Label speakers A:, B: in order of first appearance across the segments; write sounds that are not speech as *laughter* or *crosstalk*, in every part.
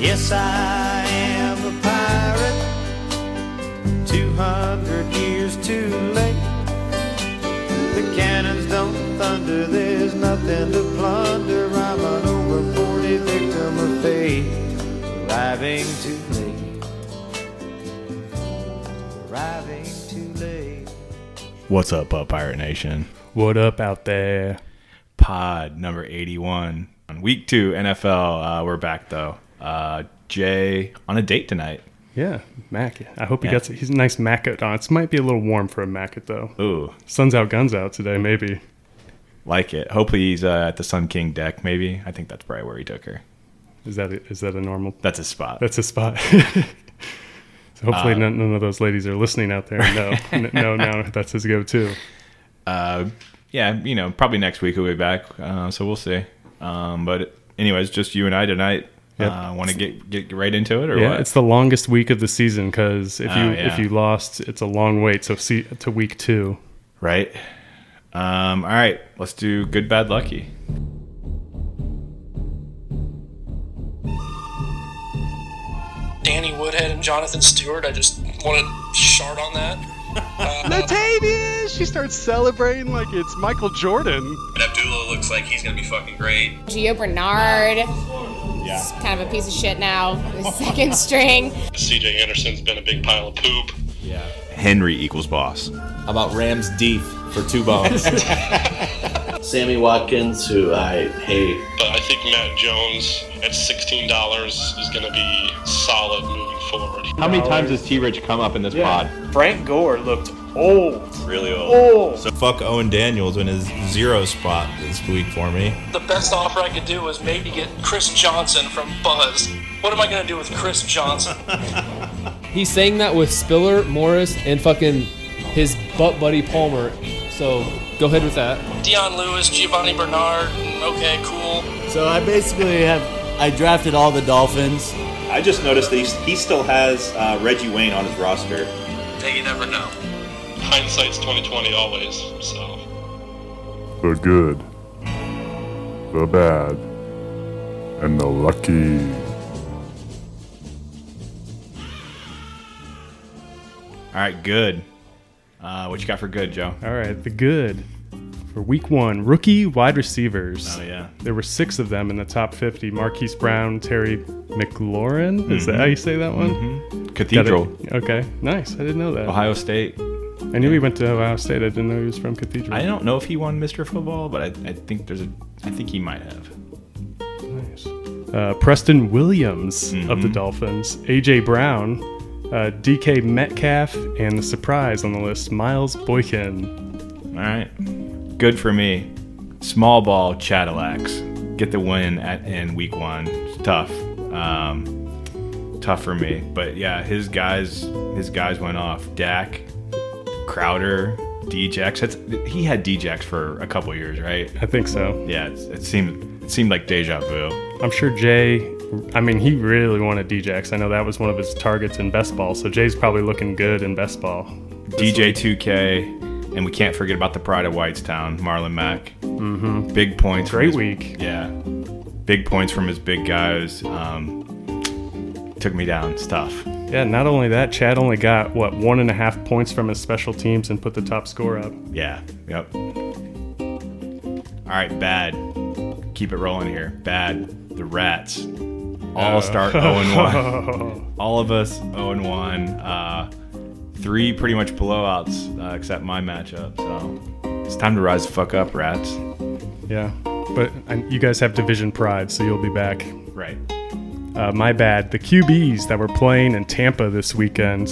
A: Yes, I am a pirate, 200 years too late. The cannons don't thunder, there's nothing to plunder. I'm an over 40 victim of fate, arriving too late. Arriving too late.
B: What's up, up Pirate Nation?
C: What up out there?
B: Pod number 81. On week two, NFL. Uh, we're back, though. Uh, Jay on a date tonight.
C: Yeah, Mac. I hope he
B: Yeah.
C: gets he's a nice Mac it on. It might be a little warm for a Mac it though.
B: Ooh,
C: Sun's out, guns out today, maybe.
B: like it. Hopefully he's uh, at the Sun King deck, maybe. I think that's probably where he took her.
C: Is that a, is that a normal?
B: That's his spot.
C: That's a spot. *laughs* so hopefully
B: Uh,
C: none, none of those ladies are listening out there.
B: *laughs*
C: No, n- no, no, that's his go-to.
B: uh, yeah, you know, probably next week we'll be back. Uh, so we'll see. Um, but anyways, just you and I tonight.
C: Yep.
B: Uh, Want to get get right into it or
C: Yeah,
B: what?
C: it's the longest week of the season because if you
B: Oh, yeah.
C: if you lost, it's a long wait. So see to week two.
B: right. Um, all right, let's do good, bad, lucky.
D: Danny Woodhead and Jonathan Stewart. I just want to shard on that.
E: Latavius! She starts celebrating like it's Michael Jordan.
D: Abdullah looks like he's gonna be fucking great.
F: Gio Bernard. He's kind of a piece of shit now. The *laughs* second string.
D: C.J. Anderson's been a big pile of poop.
B: Henry equals boss.
G: How about Rams Deef for two bones?
H: Sammy Watkins, who I hate.
I: But I think Matt Jones at sixteen dollars is going to be solid moving forward.
G: How many times has T Rich come up in this pod?
J: Frank Gore looked old.
G: Really
J: Old.
G: So fuck Owen Daniels in his zero spot this week for me.
D: The best offer I could do was maybe get Chris Johnson from Buzz. What am I gonna do with Chris *laughs* Johnson?
K: He sang that with Spiller, Morris, and fucking his butt buddy Palmer. So go ahead with that.
D: Dion Lewis, Giovanni Bernard. Okay, cool.
G: So I basically have I drafted all the Dolphins.
L: I just noticed that he's, he still has uh, Reggie Wayne on his roster.
D: Hey, you never know.
I: Hindsight's twenty twenty always. So
M: the good, the bad, and the lucky.
B: All right, good. Uh, what you got for good, Joe?
C: All right, the good for week one rookie wide receivers.
B: Oh, yeah.
C: There were six of them in the top 50 Marquise Brown, Terry McLaurin. Is that
B: Mhm.
C: how you say that one? Got it.
B: Cathedral,
C: Okay, nice. I didn't know that.
B: Ohio State.
C: I knew he went to Ohio State. I didn't know he was from Cathedral.
B: I don't know if he won Mr. Football, but I, I think there's a. I think he might have.
C: Nice. Uh, Preston Williams of the
B: Mhm.
C: Dolphins, AJ Brown, uh, DK Metcalf, and the surprise on the list, Miles Boykin.
B: All right, good for me. Small ball Cadillacs get the win at in week one. It's tough, um, tough for me. But yeah, his guys, his guys went off. Dak, Crowder, Djax. That's, he had Djax for a couple years, right?
C: I think so.
B: Yeah, it's, it seemed it seemed like deja vu.
C: I'm sure Jay. I mean, he really wanted Djax. I know that was one of his targets in best ball. So Jay's probably looking good in best ball.
B: DJ2K, and we can't forget about the pride of Whitestown, Marlon Mack.
C: Mm-hmm.
B: Big points. from
C: Great
B: his-
C: week.
B: Yeah. Big points from his big guys. Um, took me down. It's tough.
C: Yeah. Not only that, Chad only got what one and a half points from his special teams and put the top score up.
B: Yeah. Yep. All right. Bad. Keep it rolling here. Bad. The rats. All
C: Oh.
B: start 0 and
C: *laughs*
B: 1. All of us 0 and 1. Uh, three pretty much blowouts uh, except my matchup. So it's time to rise the fuck up, rats.
C: Yeah. But I, you guys have division pride, so you'll be back.
B: Right.
C: Uh, my bad. The QBs that were playing in Tampa this weekend,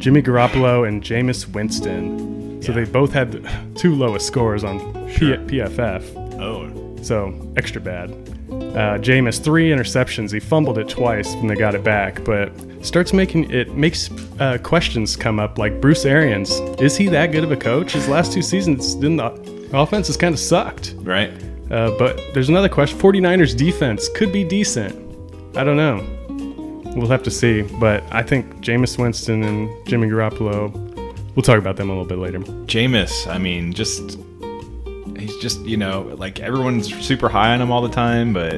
C: Jimmy Garoppolo and Jameis Winston. So they both had the two lowest scores on
B: Sure.
C: P- PFF.
B: Oh.
C: So extra bad. Uh, Jameis three interceptions. He fumbled it twice when they got it back, but starts making it makes uh, questions come up. Like Bruce Arians, is he that good of a coach? His last two seasons didn't the offense has kind of sucked.
B: Right.
C: Uh, but there's another question. 49ers defense could be decent. I don't know. We'll have to see. But I think Jameis Winston and Jimmy Garoppolo, we'll talk about them a little bit later.
B: Jameis, I mean, just he's just you know like everyone's super high on him all the time, but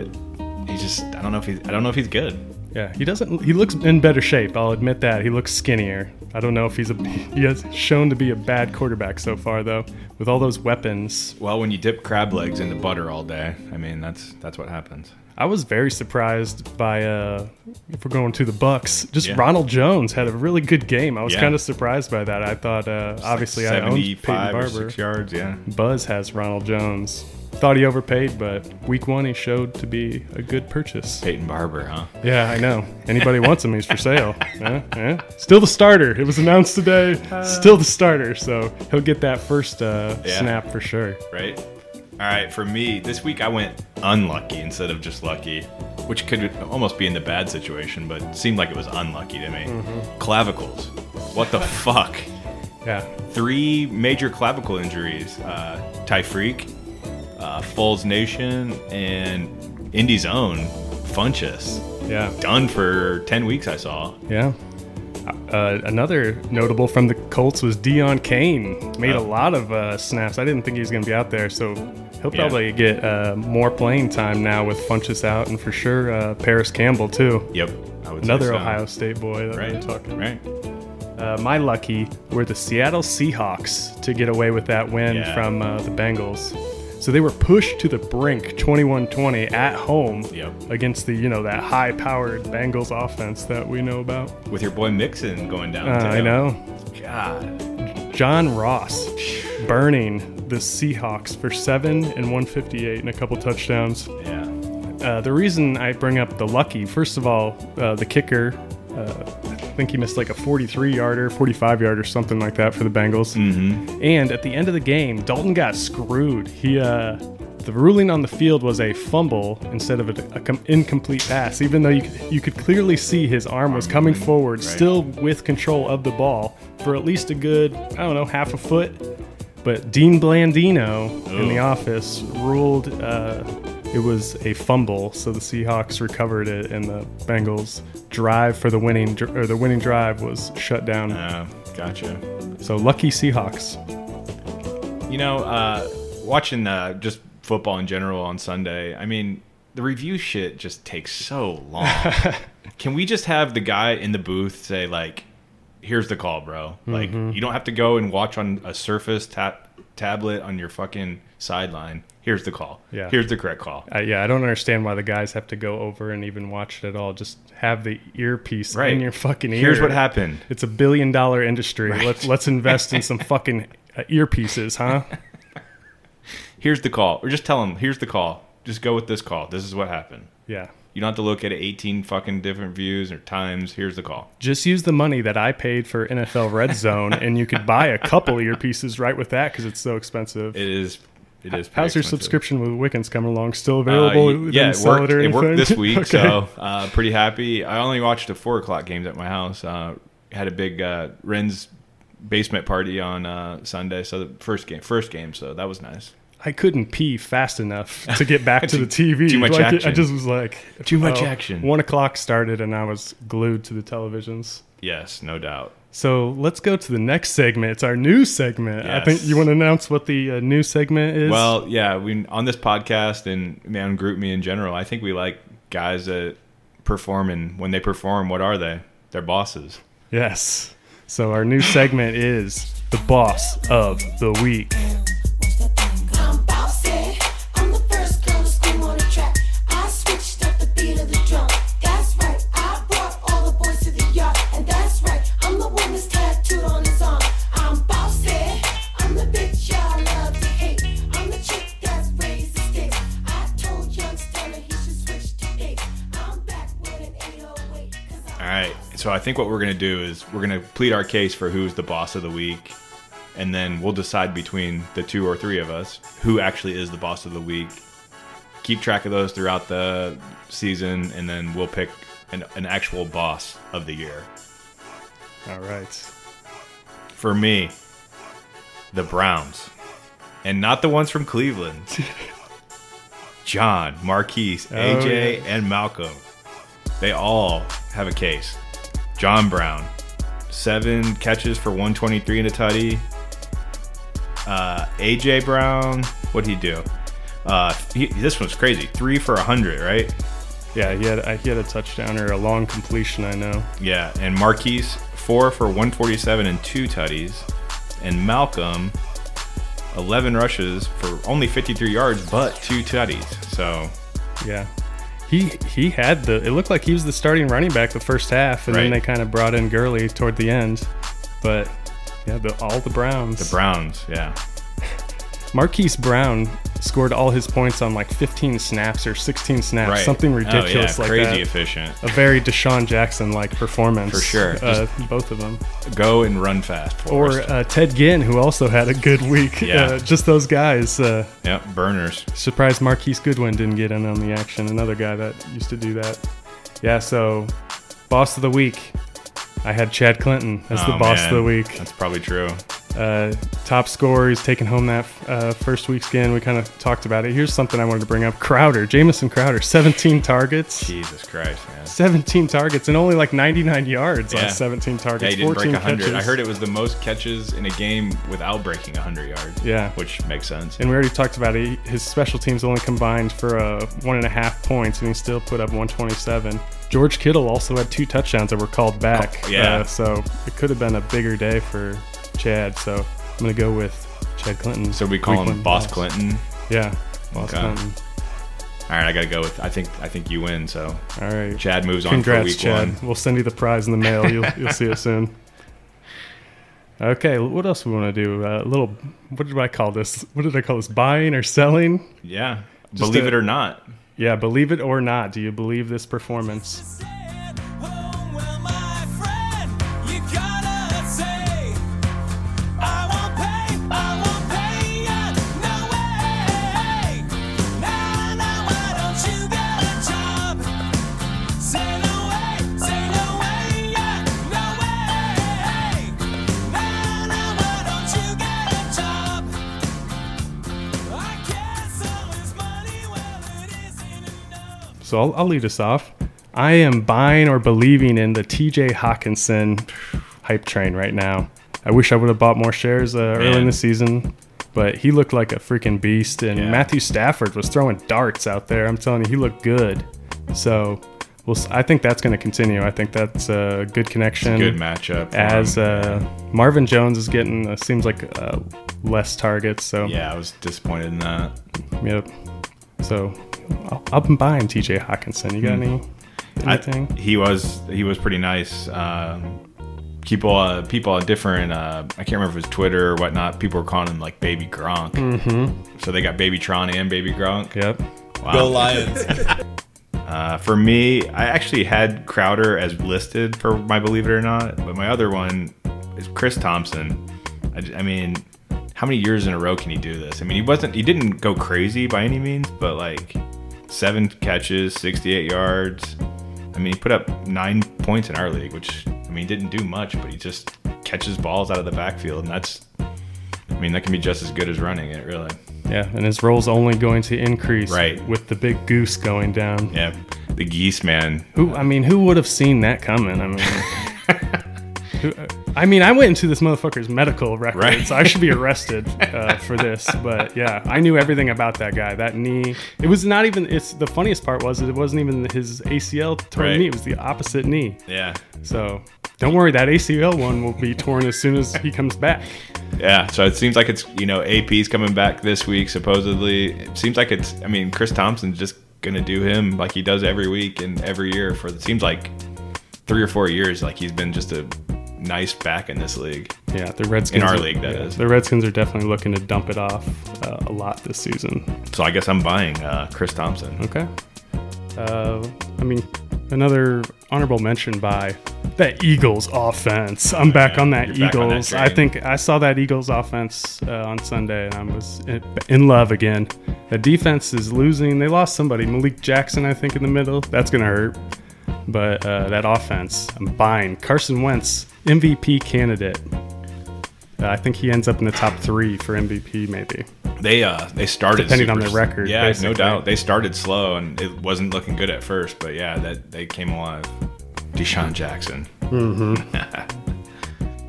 B: he just I don't know if he's I don't know if he's good.
C: Yeah, he doesn't. He looks in better shape. I'll admit that. He looks skinnier. I don't know if he's a. He has shown to be a bad quarterback so far, though, with all those weapons.
B: Well, when you dip crab legs into butter all day, I mean that's that's what happens.
C: I was very surprised by uh, if we're going to the Bucks. Just Ronald Jones had a really good game. I was
B: Yeah.
C: kind of surprised by that. I thought uh, obviously I owned Peyton
B: 75 or
C: Barber.
B: six yards, yeah.
C: Buzz has Ronald Jones. Thought he overpaid, but week one he showed to be a good purchase.
B: Peyton Barber, huh?
C: Yeah, I know. Anybody wants him, he's for sale. Yeah, yeah. Still the starter. It was announced today. Still the starter, so he'll get that first uh,
B: Yeah.
C: snap for sure.
B: Right. All right, for me, this week I went unlucky instead of just lucky, which could almost be in the bad situation, but seemed like it was unlucky to me.
C: Mhm.
B: Clavicles. What the fuck?
C: Yeah.
B: Three major clavicle injuries uh, Tyfreak, uh, Foles Nation, and Indy's own, Funchess.
C: Yeah.
B: Done for 10 weeks, I saw.
C: Yeah. Uh, another notable from the Colts was Dion Kane. Made
B: Oh.
C: a lot of uh, snaps. I didn't think he was going to be out there, so he'll
B: Yeah.
C: probably get uh, more playing time now with Funches out, and for sure uh, Paris Campbell too.
B: Yep. I would say
C: another
B: so.
C: Ohio State boy that
B: Right,
C: we're talking.
B: Right.
C: Uh, my lucky were the Seattle Seahawks to get away with that win
B: Yeah.
C: from uh, the Bengals. So they were pushed to the brink 21-20 at home
B: Yep.
C: against the, you know, that high-powered Bengals offense that we know about.
B: With your boy Mixon going down.
C: Uh,
B: too.
C: I know.
B: God.
C: John Ross burning the Seahawks for seven and 158 and a couple touchdowns.
B: Yeah.
C: Uh, the reason I bring up the lucky, first of all, uh, the kicker, uh, I think he missed like a 43 yarder, 45 yarder, something like that for the Bengals. Mm-hmm. And at the end of the game, Dalton got screwed. He, uh, the ruling on the field was a fumble instead of an incomplete pass, even though you could, you could clearly see his arm was coming forward,
B: right.
C: still with control of the ball for at least a good, I don't know, half a foot. But Dean Blandino in the
B: Ooh.
C: office ruled uh, it was a fumble, so the Seahawks recovered it, and the Bengals' drive for the winning dr- or the winning drive was shut down.
B: Ah. Uh, gotcha.
C: So lucky Seahawks.
B: You know, uh, watching uh, just football in general on Sunday, I mean, the review shit just takes so
C: *laughs*
B: long. Can we just have the guy in the booth say, like, here's the call, bro? Like,
N: Mhm.
C: Mm-hmm.
B: you don't have to go and watch on a Surface tap tablet on your fucking sideline. Here's the call.
C: Yeah.
B: Here's the correct call.
C: Uh, yeah, I don't understand why the guys have to go over and even watch it at all. Just have the earpiece
B: Right.
C: in your fucking ear.
B: Here's what happened.
C: It's a billion dollar industry. Let's let's invest in some fucking uh, earpieces, huh?
B: *laughs* Here's the call. Or just tell him, here's the call. Just go with this call. This is what happened.
C: Yeah.
B: You don't have to look at 18 fucking different views or times. Here's the call.
C: Just use the money that I paid for NFL Red Zone, and you could buy
B: *laughs*
C: a couple earpieces right with that because it's so expensive.
B: It is. It is. pretty
C: How's your
B: expensive.
C: subscription with Wiccans coming along? Still
B: Uh,
C: available?
B: y- yeah,
C: Didn't
B: it
C: sell
B: worked.
C: or
B: It, worked
C: anything? *laughs*
B: this week,
C: Okay.
B: so uh, pretty happy. I only watched the four o'clock games at my house. Uh, had a big uh, Ren's basement party on uh, Sunday, so the first game, first game, so that was nice.
C: I couldn't pee fast enough to get
B: *laughs*
C: back to the TV.
B: Too much
C: Like, I
B: action.
C: just was like,
B: Too much
C: oh,
B: action.
C: One o'clock started, and I was glued to the televisions.
B: Yes, no doubt.
C: So let's go to the next segment. It's our new segment. I think
B: Yes.
C: you want to announce what the uh, new segment is.
B: Well, yeah, we on this podcast and man, group me in general. I think we like guys that perform, and when they perform, what are they? They're bosses.
C: yes. So our new segment is the boss of the week.
O: I'm bossy. I'm the first girl to scream on the track. I switched up the beat of the drum. That's right. I brought all the boys to the yard. And that's right. I'm the one that's tattooed on his arm. I'm bossy. I'm the bitch y'all love to hate. I'm the chick that's raised the stakes. I told young Stunner he should switch to eight. I'm back with an 808.
B: All right. So I think what we're going to do is we're going to plead our case for who's the boss of the week. And then we'll decide between the two or three of us who actually is the boss of the week. Keep track of those throughout the season. And then we'll pick an, an actual boss of the year.
C: All right.
B: For me, the Browns. And not the ones
N: *laughs*
B: from Cleveland. John, Marquise,
N: Oh,
B: AJ,
N: yeah.
B: and Malcolm. They all have a case. John Brown, seven catches for 123 and a tutty. Uh, AJ Brown, what'd he do? Uh, he, this one's crazy. Three for 100, right?
C: Yeah, he had I- he had a touchdown or a long completion. I know.
B: Yeah, and Marquise four for 147 and two tutties, and Malcolm 11 rushes for only 53 yards but two tutties. So
C: Yeah, he he had the. It looked like he was the starting running back the first half, and then
B: Right.
C: they kind of brought in Gurley toward the end. But yeah, the, all the Browns.
B: the Browns, yeah,
C: Marquise Brown scored all his points on like 15 snaps or 16 snaps,
B: Right.
C: something
B: Oh, yeah,
C: ridiculous like that.
B: crazy efficient.
C: A very Deshaun Jackson like performance
B: for sure.
C: Uh,
B: Just
C: both of them.
B: Go and run fast for
C: or
B: us.
C: uh, Ted Ginn, who also had a good week.
B: Yeah.
C: Uh, just those guys. Uh,
B: Yep, burners.
C: Surprised Marquise Goodwin didn't get in on the action. Another guy that used to do that. Yeah, so boss of the week. I had Chad Clinton as the
B: Oh,
C: boss of the
B: man,
C: week.
B: That's probably true.
C: Uh, top scorer. He's taking home that uh, first week's game. We kind of talked about it. Here's something I wanted to bring up Crowder, Jamison
B: *laughs*
C: Crowder, 17 targets.
B: Jesus Christ, man.
C: 17 targets and only like 99 yards
B: Yeah.
C: on 17 targets.
B: Yeah, he didn't
C: 14
B: break 100.
C: catches.
B: I heard it was the most catches in a game without breaking 100 yards.
C: Yeah.
B: Which makes sense.
C: And we already talked about it. His special teams only combined for uh, one and a half points, and he still put up 127. George Kittle also had two touchdowns that were called back.
B: Oh, yeah.
C: Uh, so it could have been a bigger day for Chad. So I'm going to go with Chad Clinton.
B: So we call
C: Week
B: him
C: one
B: Boss Clinton.
C: Yeah. Boss
B: Okay.
C: Clinton.
B: All right, I gotta go with. I think I think you win. So
C: all right,
B: Chad moves on for
C: Congrats,
B: week
C: Chad.
B: one.
C: We'll send you the prize in the mail. You'll, you'll see
B: *laughs*
C: it soon. Okay, what else we want to do? Uh, A little, what did I call this? What did I call this? Buying or selling?
B: Yeah,
C: Just
B: believe
C: a-
B: it or not.
C: Yeah, believe it or not. Do you believe this performance?
O: "Oh, You gotta say, I won't pay, I won't pay it, no way. Now, now, why don't you get a job? Say no way, say no way, yeah, no way. Now, now, why don't you get a job? I can't sell his money well, it isn't
C: So I'll, I'll lead us off. I am buying or believing in the TJ Hawkinson hype train right now. I wish I would have bought more shares uh, early in
B: Man.
C: the season, but he looked like a freaking beast. And Matthew Stafford was throwing darts out there. I'm telling you, he looked good. So we'll, s- I think that's going to continue. I think that's a good connection.
B: good matchup for
C: As uh, Marvin Jones is getting, uh, seems like uh, less targets. So
B: Yeah, I was disappointed in that.
C: Yep. So I'll- I've been buying TJ Hawkinson. You got
B: Hmm.
C: any
B: I-
C: anything?
B: he was he was pretty nice. Um, people uh, people on different uh, I can't remember if it was Twitter or whatnot. People were calling him like Baby Gronk.
C: Mhm.
B: So they got Baby Tron and Baby Gronk.
C: Yep.
G: Go Lions.
B: *laughs* uh, for me, I actually had Crowder as listed for my believe it or not, but my other one is Chris Thompson. I, j- I mean, how many years in a row can he do this? I mean, he wasn't he didn't go crazy by any means, but like seven catches, 68 yards. I mean, he put up nine points in our league, which I mean, didn't do much, but he just catches balls out of the backfield, and that's. I mean, that can be just as good as running it, really.
C: yeah, and his role's only going to increase
B: Right.
C: with the big goose going down.
B: Yeah, the geese man.
C: Who I mean, who would have seen that coming?
B: *laughs*
C: I mean, who, I mean, I went into this motherfucker's medical records.
B: Right.
C: I should be arrested
B: *laughs*
C: uh, for this. But yeah, I knew everything about that guy. That knee. It was not even. It's the funniest part was that it wasn't even his ACL torn
B: Right.
C: knee. It was the opposite knee.
B: Yeah.
C: So don't worry, that ACL one will be torn as soon as he comes back.
B: Yeah, so it seems like it's you know AP's coming back this week supposedly. It seems like it's I mean Chris Thompson's just gonna do him like he does every week and every year for it seems like three or four years. Like he's been just a nice back in this league.
C: Yeah, the Redskins
B: in our
C: are-
B: league that is.
C: The Redskins are definitely looking to dump it off uh, a lot this season.
B: So I guess I'm buying uh, Chris Thompson.
C: Okay. Uh, I mean, another honorable mention by that Eagles offense. I'm back on that
B: you're back on that
C: Eagles. I
B: train.
C: think I saw that Eagles offense uh, on Sunday, and I was in, in love again. The defense is losing. They lost somebody, Malik Jackson, I think, in the middle. That's gonna hurt. But uh, that offense, I'm buying. Carson Wentz, MVP candidate. Uh, I think he ends up in the top three for MVP, maybe.
B: They uh they started
C: Depending on
B: super-
C: their record,
B: Yeah,
C: basically.
B: no doubt they started slow and it wasn't looking good at first, but yeah, that they came alive. Deshaun Jackson.
C: Mm-hmm.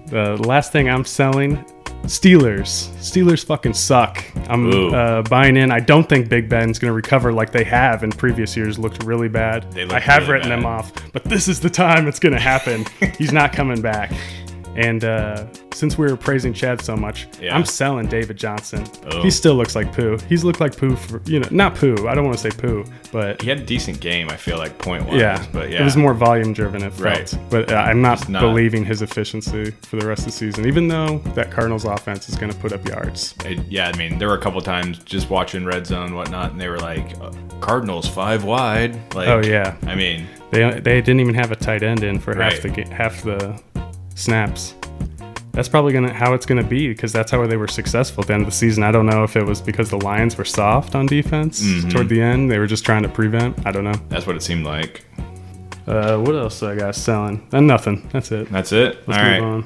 C: the last thing I'm selling Steelers. Steelers fucking suck. I'm uh, buying in. I don't think Big Ben's going to recover like they have in previous years. Looked really bad.
B: They looked
C: I have
B: really
C: written them
B: bad.
C: off, but this is the time it's going
B: *laughs*
C: to happen. He's not coming back. And uh, since we were praising Chad so much,
B: Yeah.
C: I'm selling David Johnson.
B: Oh.
C: He still looks like poo. He's looked like poo for you know not poo. I don't want to say poo, but
B: He had a decent game, I feel like point wise.
C: yeah,
B: but yeah,
C: it was more volume driven. It felt,
B: Right.
C: but uh, I'm not,
B: It's not-
C: believing his efficiency for the rest of the season, even though that Cardinals offense is going to put up yards.
B: I- yeah, I mean, there were a couple times just watching Red Zone and whatnot, and they were like, uh, Cardinals five wide. Like,
C: oh yeah,
B: I mean,
C: they they didn't even have a tight end in for half
B: Right.
C: the ga- half the snaps. That's probably gonna how it's gonna be because that's how they were successful at the end of the season. I don't know if it was because the Lions were soft on defense
B: Mhm.
C: toward the end. They were just trying to prevent. I don't know.
B: that's what it seemed like.
C: Uh, what else do I got selling? Uh, nothing. That's it.
B: That's it.
C: Let's
B: All
C: move
B: right.
C: on.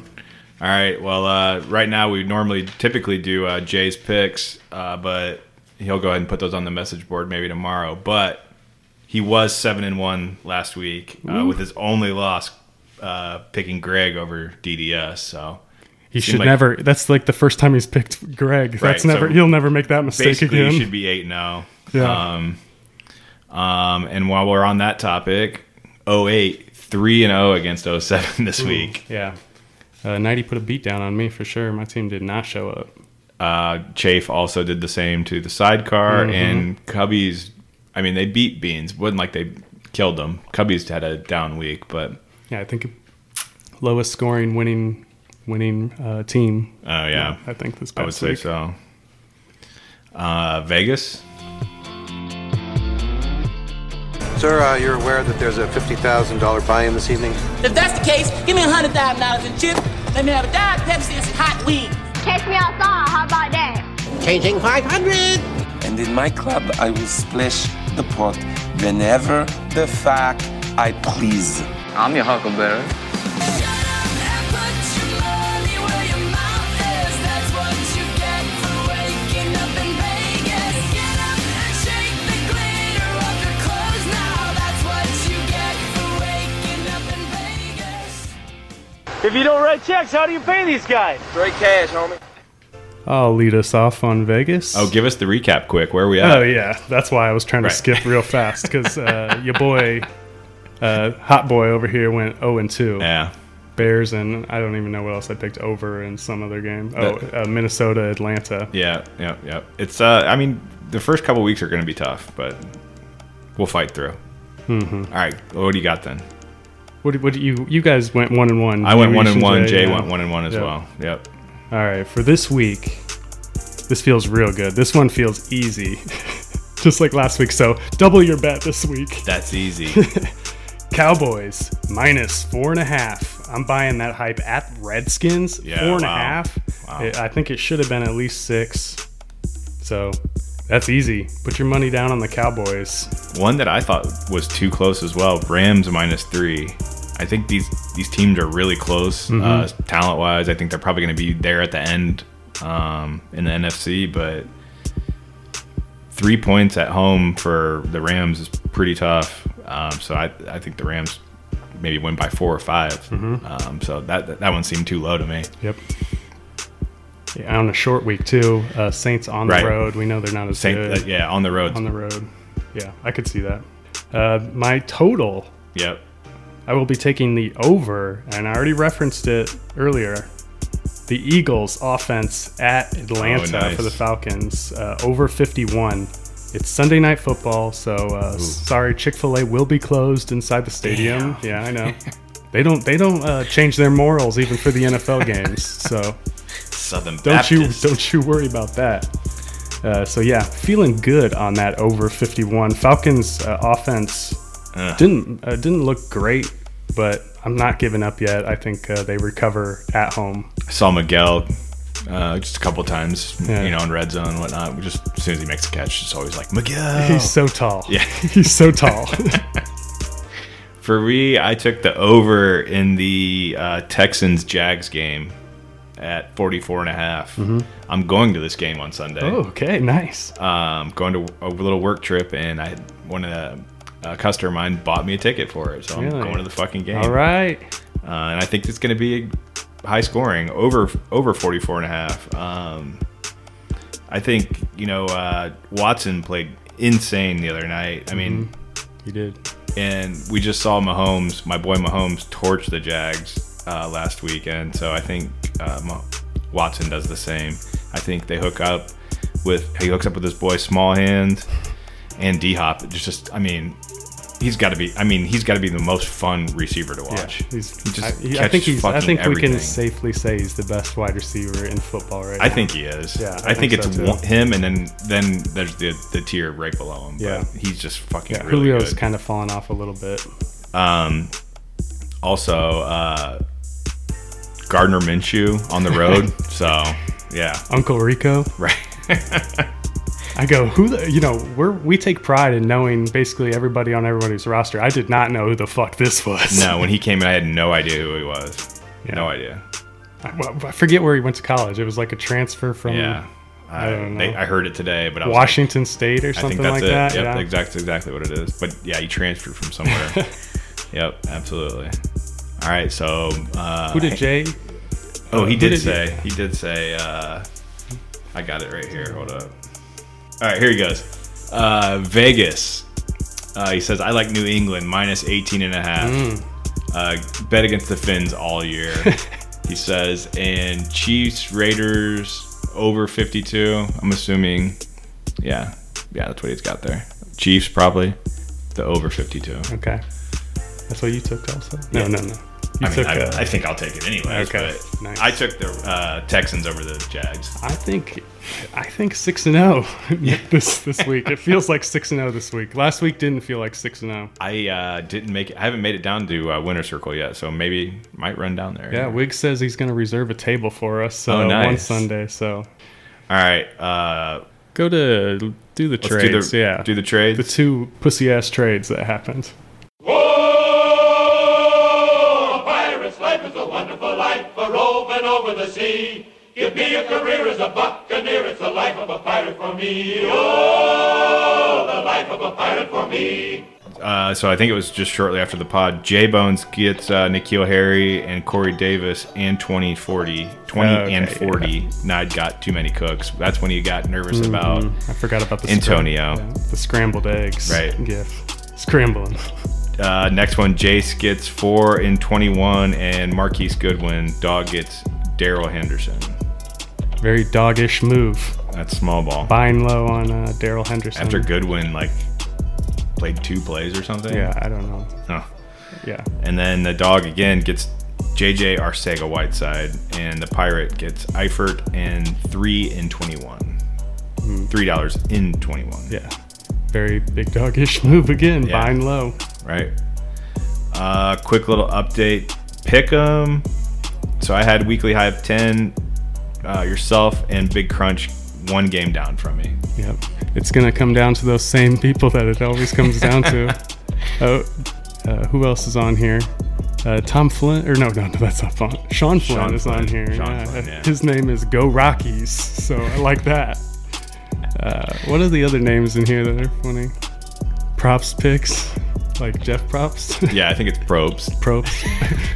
B: All right. Well, uh, right now we normally typically do uh, Jay's picks, uh, but he'll go ahead and put those on the message board maybe tomorrow. But he was seven and one last week uh,
C: Ooh.
B: with his only loss, uh, picking Greg over DDS. So
C: He
B: Seemed
C: should
B: like-
C: never. That's like the first time he's picked Greg. That's
B: Right,
C: never.
B: so
C: he'll never make that mistake
B: basically
C: again.
B: He should be eight now.
C: Yeah.
B: Um, um, and while we're on that topic, 08, 3 and 0 against 07 *laughs* this
C: Ooh,
B: week.
C: Yeah. Uh, Nighty put a beat down on me for sure. My team did not show up.
B: Uh, Chafe also did the same to the sidecar
C: Mhm.
B: and Cubbies. I mean, they beat Beans. wasn't like they killed them. Cubbies had a down week, but uh,
C: Yeah, I think lowest scoring winning winning uh, team.
B: oh yeah,
C: I think this
B: I would
C: past
B: say
C: week.
B: so. Uh, Vegas.
N: Sir, uh, you're aware that there's a $50,000 buy-in this evening?
P: If that's the case, give me a hundred thousand dollars in chips. Let me have a diet Pepsi and some hot weed. Take me outside. How about that?
Q: Changing 500!
R: And in my club, I will splash the pot whenever the fuck I please. I'm your huckleberry.
J: If you don't write checks, how do you pay these guys? Straight cash, homie.
C: I'll lead us off on Vegas.
B: Oh, give us the recap quick. Where are we at?
C: Oh yeah, that's why I was trying
B: Right.
C: to skip real fast because uh, your boy, uh, hot boy over here went zero and two.
B: Yeah.
C: Bears and I don't even know what else I picked over in some other game. Oh,
B: The-
C: uh, Minnesota, Atlanta.
B: Yeah, yeah, yeah. It's uh, I mean, the first couple weeks are going to be tough, but we'll fight through.
C: Mhm.
B: All right, what do you got then?
C: What, do- what do you you guys went one and one?
B: I went
C: You
B: one and
C: each
B: one. Jay
C: yeah.
B: went one and one as
C: Yep.
B: well. Yep.
C: All right, for this week, this feels real good. This one feels easy, *laughs* just like last week. So double your bet this week.
B: That's easy. *laughs*
C: Cowboys minus four and a half. I'm buying that hype at Redskins
B: Yeah,
C: four and a
B: wow.
C: half.
B: Wow.
C: It- I think it should have been at least six. So that's easy. Put your money down on the Cowboys.
B: One that I thought was too close as well. Rams minus three. I think these these teams are really close,
C: Mhm.
B: uh, talent wise. I think they're probably going to be there at the end um, in the NFC, but three points at home for the Rams is pretty tough. Um, so I I think the Rams maybe win by four or 5
C: Mhm.
B: Um, so that, that that one seemed too low to me.
C: Yep. Yeah, on a short week too. Uh, Saints on the
B: Right.
C: road. We know they're not as
B: Saint-
C: good.
B: uh, yeah, on the road.
C: On the road. Yeah, I could see that. Uh, my total.
B: Yep.
C: I will be taking the over, and I already referenced it earlier. The Eagles offense at Atlanta
B: nice.
C: for the Falcons uh, over 51. It's Sunday night football, so uh, sorry, Chick Fil A will be closed inside the stadium. Yeah, I know. they don't they don't uh, change their morals even for the NFL games. So
B: Southern
C: don't you
B: Baptist.
C: don't you worry about that. Uh, so yeah, feeling good on that over 51. Falcons uh, offense didn't uh, didn't look great, but I'm not giving up yet. I think uh, they recover at home.
B: I saw Miguel uh, just a couple times,
C: Yeah.
B: you know, in red zone and whatnot. Just as soon as he makes a catch, it's always like Miguel.
C: *laughs* He's so tall.
B: Oh. Yeah.
C: *laughs* he's
B: *laughs*
C: so tall.
B: For me, I took the over in the uh, Texans Jags game at 44 and a half.
C: Mhm.
B: I'm going to this game on Sunday.
C: Oh, okay, nice.
B: Um, going to a little work trip, and I one of the, a customer of mine bought me a ticket for it, so I'm
C: Really?
B: going to the fucking game.
C: All right.
B: Uh, and I think it's going to be high scoring, over over 44 and a half. Um, I think you know uh, Watson played insane the other night. I mean,
C: he did.
B: and we just saw Mahomes, my boy Mahomes, torch the Jags uh, last weekend. So I think uh, Mo- Watson does the same. I think they hook up with he hooks up with his boy Small Hand and D Hop. It's just, I mean, he's got to be. I mean, he's got to be the most fun receiver to watch.
C: He's,
B: he just
C: I, he- I
B: catches
C: think he's. I
B: fucking
C: think we
B: everything.
C: can safely say he's the best wide receiver in football right now.
B: I think he is.
C: Yeah,
B: I, think,
C: so
B: it's
C: too.
B: one, him, and then then there's the the tier right below him. But
C: Yeah.
B: he's just fucking.
C: Yeah,
B: really
C: Julio's
B: good.
C: kind of fallen off a little bit.
B: Um, also, uh, Gardner Minshew on the *laughs* road. so, yeah, *laughs*
C: Uncle Rico.
B: Right.
C: I go, who the, you know, we're, we take pride in knowing basically everybody on everybody's roster. I did not know who the fuck this was.
B: no, when he came in, I had no idea who he was. No idea.
C: *laughs* I, well, I forget where he went to college. It was like a transfer from,
B: yeah, Uh,
C: I, don't know.
B: they- Um, I heard it today, but I was like-
C: Washington State or something like that.
B: Yep,
C: yeah.
B: exact- exactly what it is. But yeah, he transferred from somewhere. *laughs* yep, absolutely. All right, so uh,
C: Who did Jay-
B: Oh, he
C: who
B: did
C: did-
B: say. He did say. Uh, I got it right here. Hold up. All right, here he goes. Uh, Vegas. Uh, he says, I like New England, minus 18 and a half.
C: Mm.
B: Uh, bet against the Finns all *laughs* year. he says, and Chiefs, Raiders, over 52. I'm assuming, yeah, yeah, that's what he's got there. Chiefs, probably, the over 52.
C: Okay. That's what you took also? No,
B: Yeah.
C: no, no. You
B: I, mean,
C: took,
B: I,
C: uh,
B: I think I'll take it anyway.
C: Okay,
B: But I took the uh, Texans over the Jags.
C: I think, I think six and *laughs* zero this this week. It feels like six and zero this week. Last week didn't feel like six and oh. zero.
B: I uh, didn't make it. I haven't made it down to uh, Winter Circle yet, so maybe might run down there.
C: Yeah, Wiggs says he's going to reserve a table for us. So
B: Oh,
C: one
B: nice.
C: Sunday. So
B: All right. Uh,
C: go to do the
B: Let's do the-
C: trades. yeah,
B: do the trades.
C: The two pussy ass trades that happened.
Q: A pirate's life is a wonderful life for roving over the sea. Give me a career as a buccaneer, it's the life of a pirate for me. Oh, the life of a pirate for me.
B: Uh, so I think it was just shortly after the pod. J Bones gets uh, Nikhil Harry and Corey Davis and 20 40. 20
C: Oh, Okay,
B: and
C: yeah.
B: 40. Nod got too many cooks. That's when he got nervous about.
C: Mhm. I forgot about the scram-
B: Antonio.
C: yeah, the scrambled eggs.
B: Right.
C: Gif. Scrambling.
B: Uh, next one, Jace gets four and 21, and Marquise Goodwin. Dog gets Daryl Henderson.
C: Very doggish move.
B: That's small ball.
C: Buying low on uh, Daryl Henderson.
B: After Goodwin, like, played two plays or something.
C: Yeah, I don't know.
B: Oh.
C: Yeah.
B: And then the dog again gets JJ Arcega Whiteside, and the pirate gets Eifert and three and twenty-one.
C: Hmm.
B: Three dollars in twenty-one.
C: Yeah. Very big doggish *laughs* move again. Buying low.
B: Right. Uh, quick little update. Pick 'em. So I had weekly high of ten. Uh, yourself and Big Crunch one game down from me.
C: Yep. It's gonna come down to those same people that it always
B: *laughs*
C: comes down to. Oh, uh, who else is on here? Uh, Tom Flynn, or no, no, no, that's not Flynn. Sean Flynn
B: Sean
C: is on
B: Flynn.
C: here.
B: Sean
C: yeah.
B: Flynn, yeah.
C: His name is Go Rockies, so I like that. Uh, what are the other names in here that are funny? Props picks, like Jeff Props. *laughs*
B: Yeah, I think it's probes. *laughs*
C: Probes.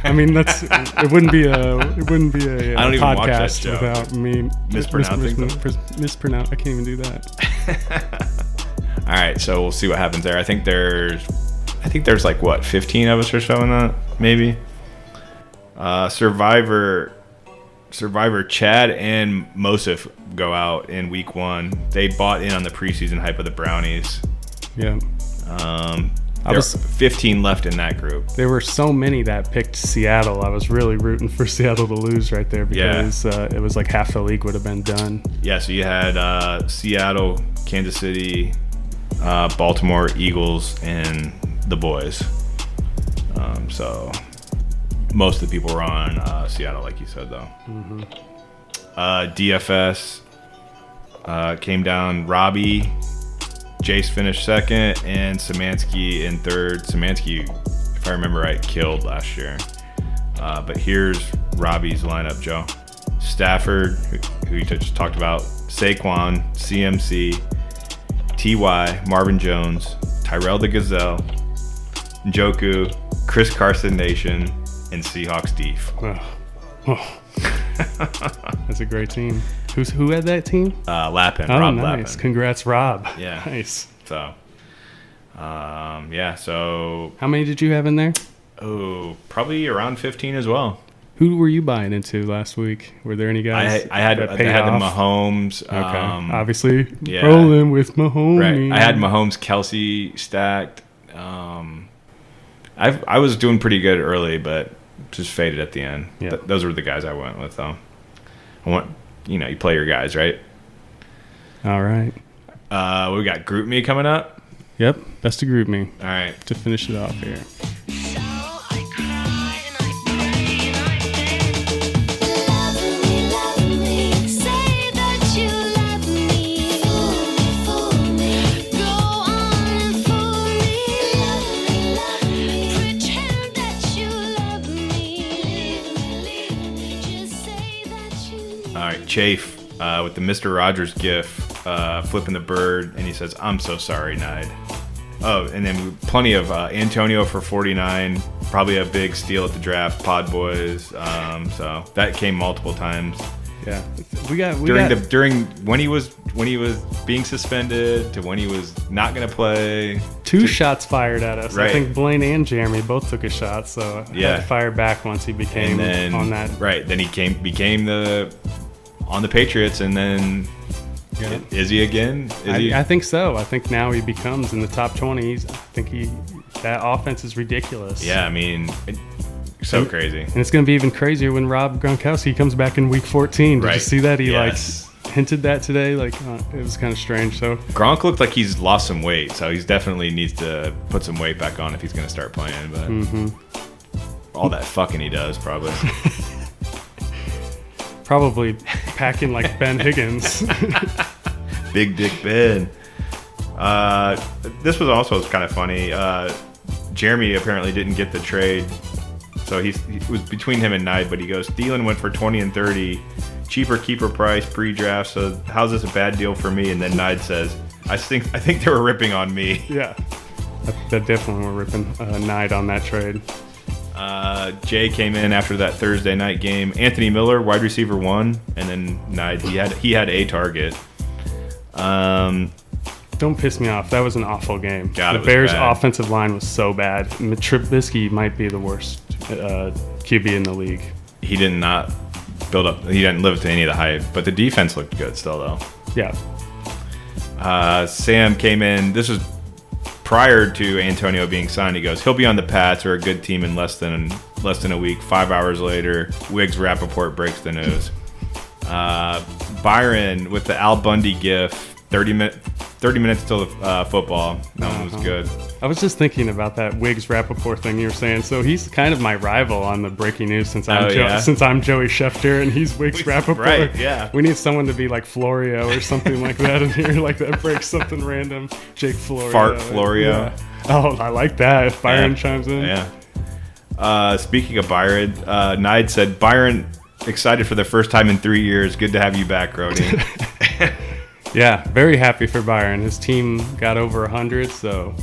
C: I mean, that's it. Wouldn't be a it wouldn't be a, uh,
B: I don't even
C: podcast
B: watch that show.
C: without me
B: Mispronouncing
C: mis- mis- mispronounce. I can't even do that.
B: All right, so we'll see what happens there. I think there's, I think there's like what, 15 of us or so in that, maybe. Uh, Survivor, Survivor, Chad and Mosif go out in week one. They bought in on the preseason hype of the Brownies.
C: yeah.
B: Um,
C: I
B: there
C: was-
B: are 15 left in that group.
C: There were so many that picked Seattle. I was really rooting for *laughs* Seattle to lose right there
B: Yeah.
C: because uh, it was like half the league would have been done.
B: Yeah, so you had uh, Seattle, Kansas City, uh, Baltimore, Eagles, and the boys. Um, so most of the people were on uh, Seattle, like you said, though.
O: Mhm.
B: Uh, DFS uh, came down. Robbie, Jace finished second, and Samansky in third. Samansky, if I remember right, killed last year. Uh, but here's Robbie's lineup, Joe. Stafford, who, who you just talked about, Saquon, CMC, Ty, Marvin Jones, Tyrell the Gazelle, Njoku, Chris Carson Nation, and Seahawks Deef.
C: Ugh.
B: *laughs*
C: That's a great team. Who's who had that team?
B: Uh, Lappin,
C: Oh,
B: Rob
C: nice.
B: Lappin.
C: Congrats, Rob.
B: Yeah.
C: *laughs*
B: Nice. So, um, yeah. So,
C: How many did you have in there?
B: oh, probably around 15 as well.
C: Who were you buying into last week? Were there any guys?
B: I, I had
C: that
B: I
C: paid
B: had the
C: off?
B: Mahomes.
C: Okay.
B: um,
C: Obviously,
B: yeah.
C: rolling with Mahomes.
B: Right. I
C: Mm-hmm.
B: had Mahomes, Kelsey stacked. Um, I I was doing pretty good early, but just faded at the end. Th- those were the guys I went with, though. I want you know you play your guys, right?
C: All right.
B: Uh, we got Group Me coming up.
C: Yep. Best of group me.
B: All right.
C: To finish it off here.
B: All right, Chafe uh, with the Mister Rogers gif, uh, flipping the bird, and he says, "I'm so sorry, Nide." Oh, and then we- plenty of uh, Antonio for 49, probably a big steal at the draft. Pod boys, um, so that came multiple times.
C: Yeah, we got we
B: during
C: got-
B: the during when he was when he was being suspended to when he was not going to play.
C: Two shots fired at us.
B: Right.
C: I think Blaine and Jeremy both took a shot, so I had
B: Yeah.
C: to fire back once he
B: and
C: became
B: then
C: on that.
B: right then he came became the on the Patriots and then
C: Yeah.
B: is he again? Is he?
C: I, I think so. I think now he becomes in the top 20s. I think he that offense is ridiculous.
B: yeah, I mean, it- so
C: And-
B: crazy.
C: And it's going to be even crazier when Rob Gronkowski comes back in week 14. Did you
B: Right.
C: see that? He
B: Yes.
C: like hinted that today. Like uh, it was kind of strange. So
B: Gronk looked like he's lost some weight, so he's definitely needs to put some weight back on if he's going to start playing. But
C: Mhm. Mm-hmm.
B: all that fucking he does, probably.
C: probably packing like Ben Higgins. *laughs*
B: Big Dick Ben. Uh, this was also kind of funny. Uh, Jeremy apparently didn't get the trade, so he's, he it was between him and Knight. But he goes, Thielen went for twenty and thirty, cheaper keeper price pre-draft. So how's this a bad deal for me? And then Knight says, I think I think they were ripping on me.
C: yeah. That, that definitely were ripping uh, Knight on that trade.
B: Uh, Jay came in after that Thursday night game. Anthony Miller, wide receiver one, and then Knight. He had he had a target. Um,
C: Don't piss me off. That was an awful game.
B: God,
C: the
B: it was
C: Bears'
B: bad.
C: offensive line was so bad. M- Trubisky might be the worst uh, QB in the league.
B: he did not build up. He didn't live up to any of the hype, but the defense looked good still, though.
C: Yeah.
B: Uh, Sam came in. This was prior to Antonio being signed. He goes, he'll be on the Pats or a good team in less than less than a week. Five hours later, Wiggs Rappaport breaks the news. Uh, Byron with the Al Bundy gif. Thirty minute, thirty minutes till the uh, football. That one was
C: Uh-huh.
B: good.
C: I was just thinking about that Wiggs Rappaport thing you were saying. So he's kind of my rival on the breaking news since I'm
B: Oh,
C: Jo-
B: yeah?
C: since I'm Joey Schefter and he's Wiggs Rappaport.
B: right, yeah.
C: We need someone to be like Florio or something like that in here, like that breaks something random. Jake Florio.
B: Fart Florio.
C: Yeah. Oh, I like that. If Byron
B: Yeah.
C: chimes in.
B: Yeah. Uh, speaking of Byron, uh, Nide said, Byron, excited for the first time in three years. Good to have you back, Rodney.
C: Yeah, very happy for Byron. His team got over 100, so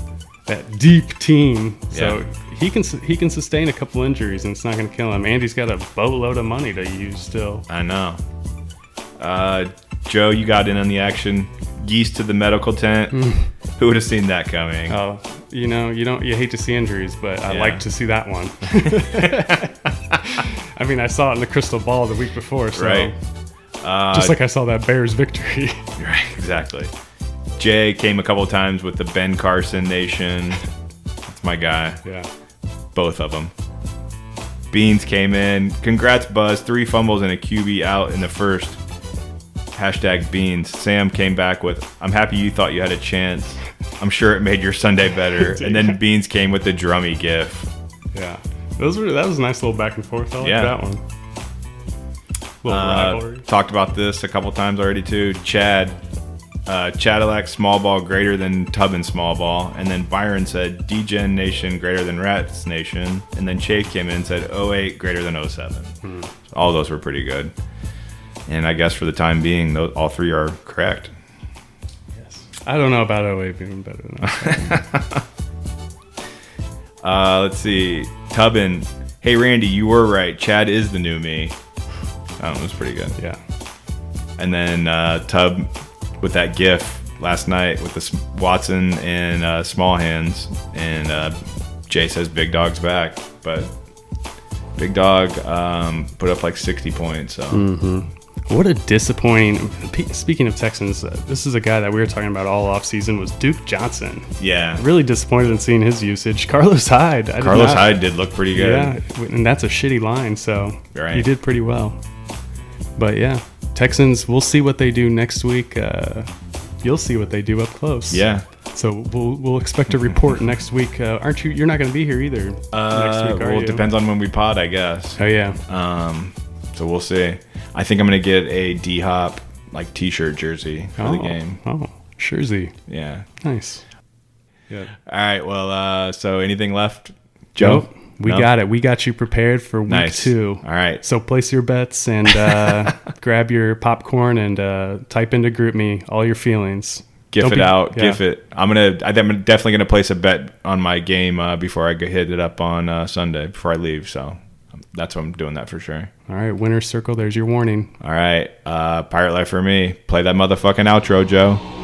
C: that deep team. So he can su- he can sustain a couple injuries and it's not going to kill him. Andy's got a boatload of money to use still.
B: I know. Uh, Joe, you got in on the action. Geese to the medical tent.
C: Mm.
B: Who would have seen that coming?
C: Oh, you know, you don't you hate to see injuries, but I
B: Yeah.
C: like to see
B: *laughs*
C: that one. I mean, I saw it in the crystal ball the week before, so
B: right. Uh,
C: just like I saw that Bears victory. *laughs*
B: Right, exactly. Jay came a couple times with the Ben Carson Nation. That's my guy.
C: Yeah.
B: Both of them. Beans came in. Congrats, Buzz. Three fumbles and a QB out in the first. Hashtag Beans. Sam came back with, I'm happy you thought you had a chance. I'm sure it made your Sunday better. and then Beans came with the drummy gif.
C: yeah, those were that was a nice little back and forth. I like
B: Yeah.
C: that one. Little
B: Uh,
C: rivalry.
B: talked about this a couple times already too. Chad, uh, Chadillac small ball greater than Tubbin small ball, and then Byron said DGen Nation greater than Rats Nation, and then Chase came in and said 08 greater than 07.
C: Hmm.
B: All those were pretty good, and I guess for the time being, those, all three are correct.
C: I don't know about OA being better than
B: *laughs*
C: that.
B: Uh, let's see, Tubbin. Hey Randy, you were right. Chad is the new me. Um, it was pretty good. Yeah. And then uh, Tub with that GIF last night with the S- Watson and uh, Small Hands, and uh, Jay says Big Dog's back, but Big Dog um, put up like 60 points. So
C: Mhm. What a disappointing. P- Speaking of Texans, uh, this is a guy that we were talking about all offseason was Duke Johnson.
B: yeah,
C: Really disappointed in seeing his usage. *laughs* Carlos Hyde. I did
B: Carlos
C: not-
B: Hyde did look pretty good.
C: Yeah, w- and that's a shitty line, so
B: Right.
C: he did pretty well. But yeah, Texans, we'll see what they do next week. Uh, you'll see what they do up close.
B: Yeah.
C: So we'll, we'll expect a report *laughs* next week. Uh, aren't you? You're not going to be here either
B: Uh,
C: next week, are
B: well,
C: you?
B: it depends on when we pod, I guess.
C: Oh yeah.
B: Um, so we'll see. I think I'm gonna get a D Hop like T-shirt jersey for the
C: Oh,
B: game.
C: Oh, Jersey.
B: Yeah.
C: Nice.
B: All right. Well, uh, so anything left, Joe?
C: Nope. We
B: No?
C: got it. We got you prepared for week
B: Nice.
C: two.
B: All right.
C: So place your bets and
B: *laughs*
C: uh, grab your popcorn and uh, type into GroupMe all your feelings.
B: Gif
C: Don't
B: it
C: be-
B: out.
C: yeah.
B: Gif it. I'm gonna. I- I'm definitely gonna place a bet on my game uh, before I go hit it up on uh, Sunday before I leave. So um, that's what I'm doing that for sure.
C: All right, winner's circle. There's your warning.
B: All right. Uh, Pirate life for me. Play that motherfucking outro, Joe.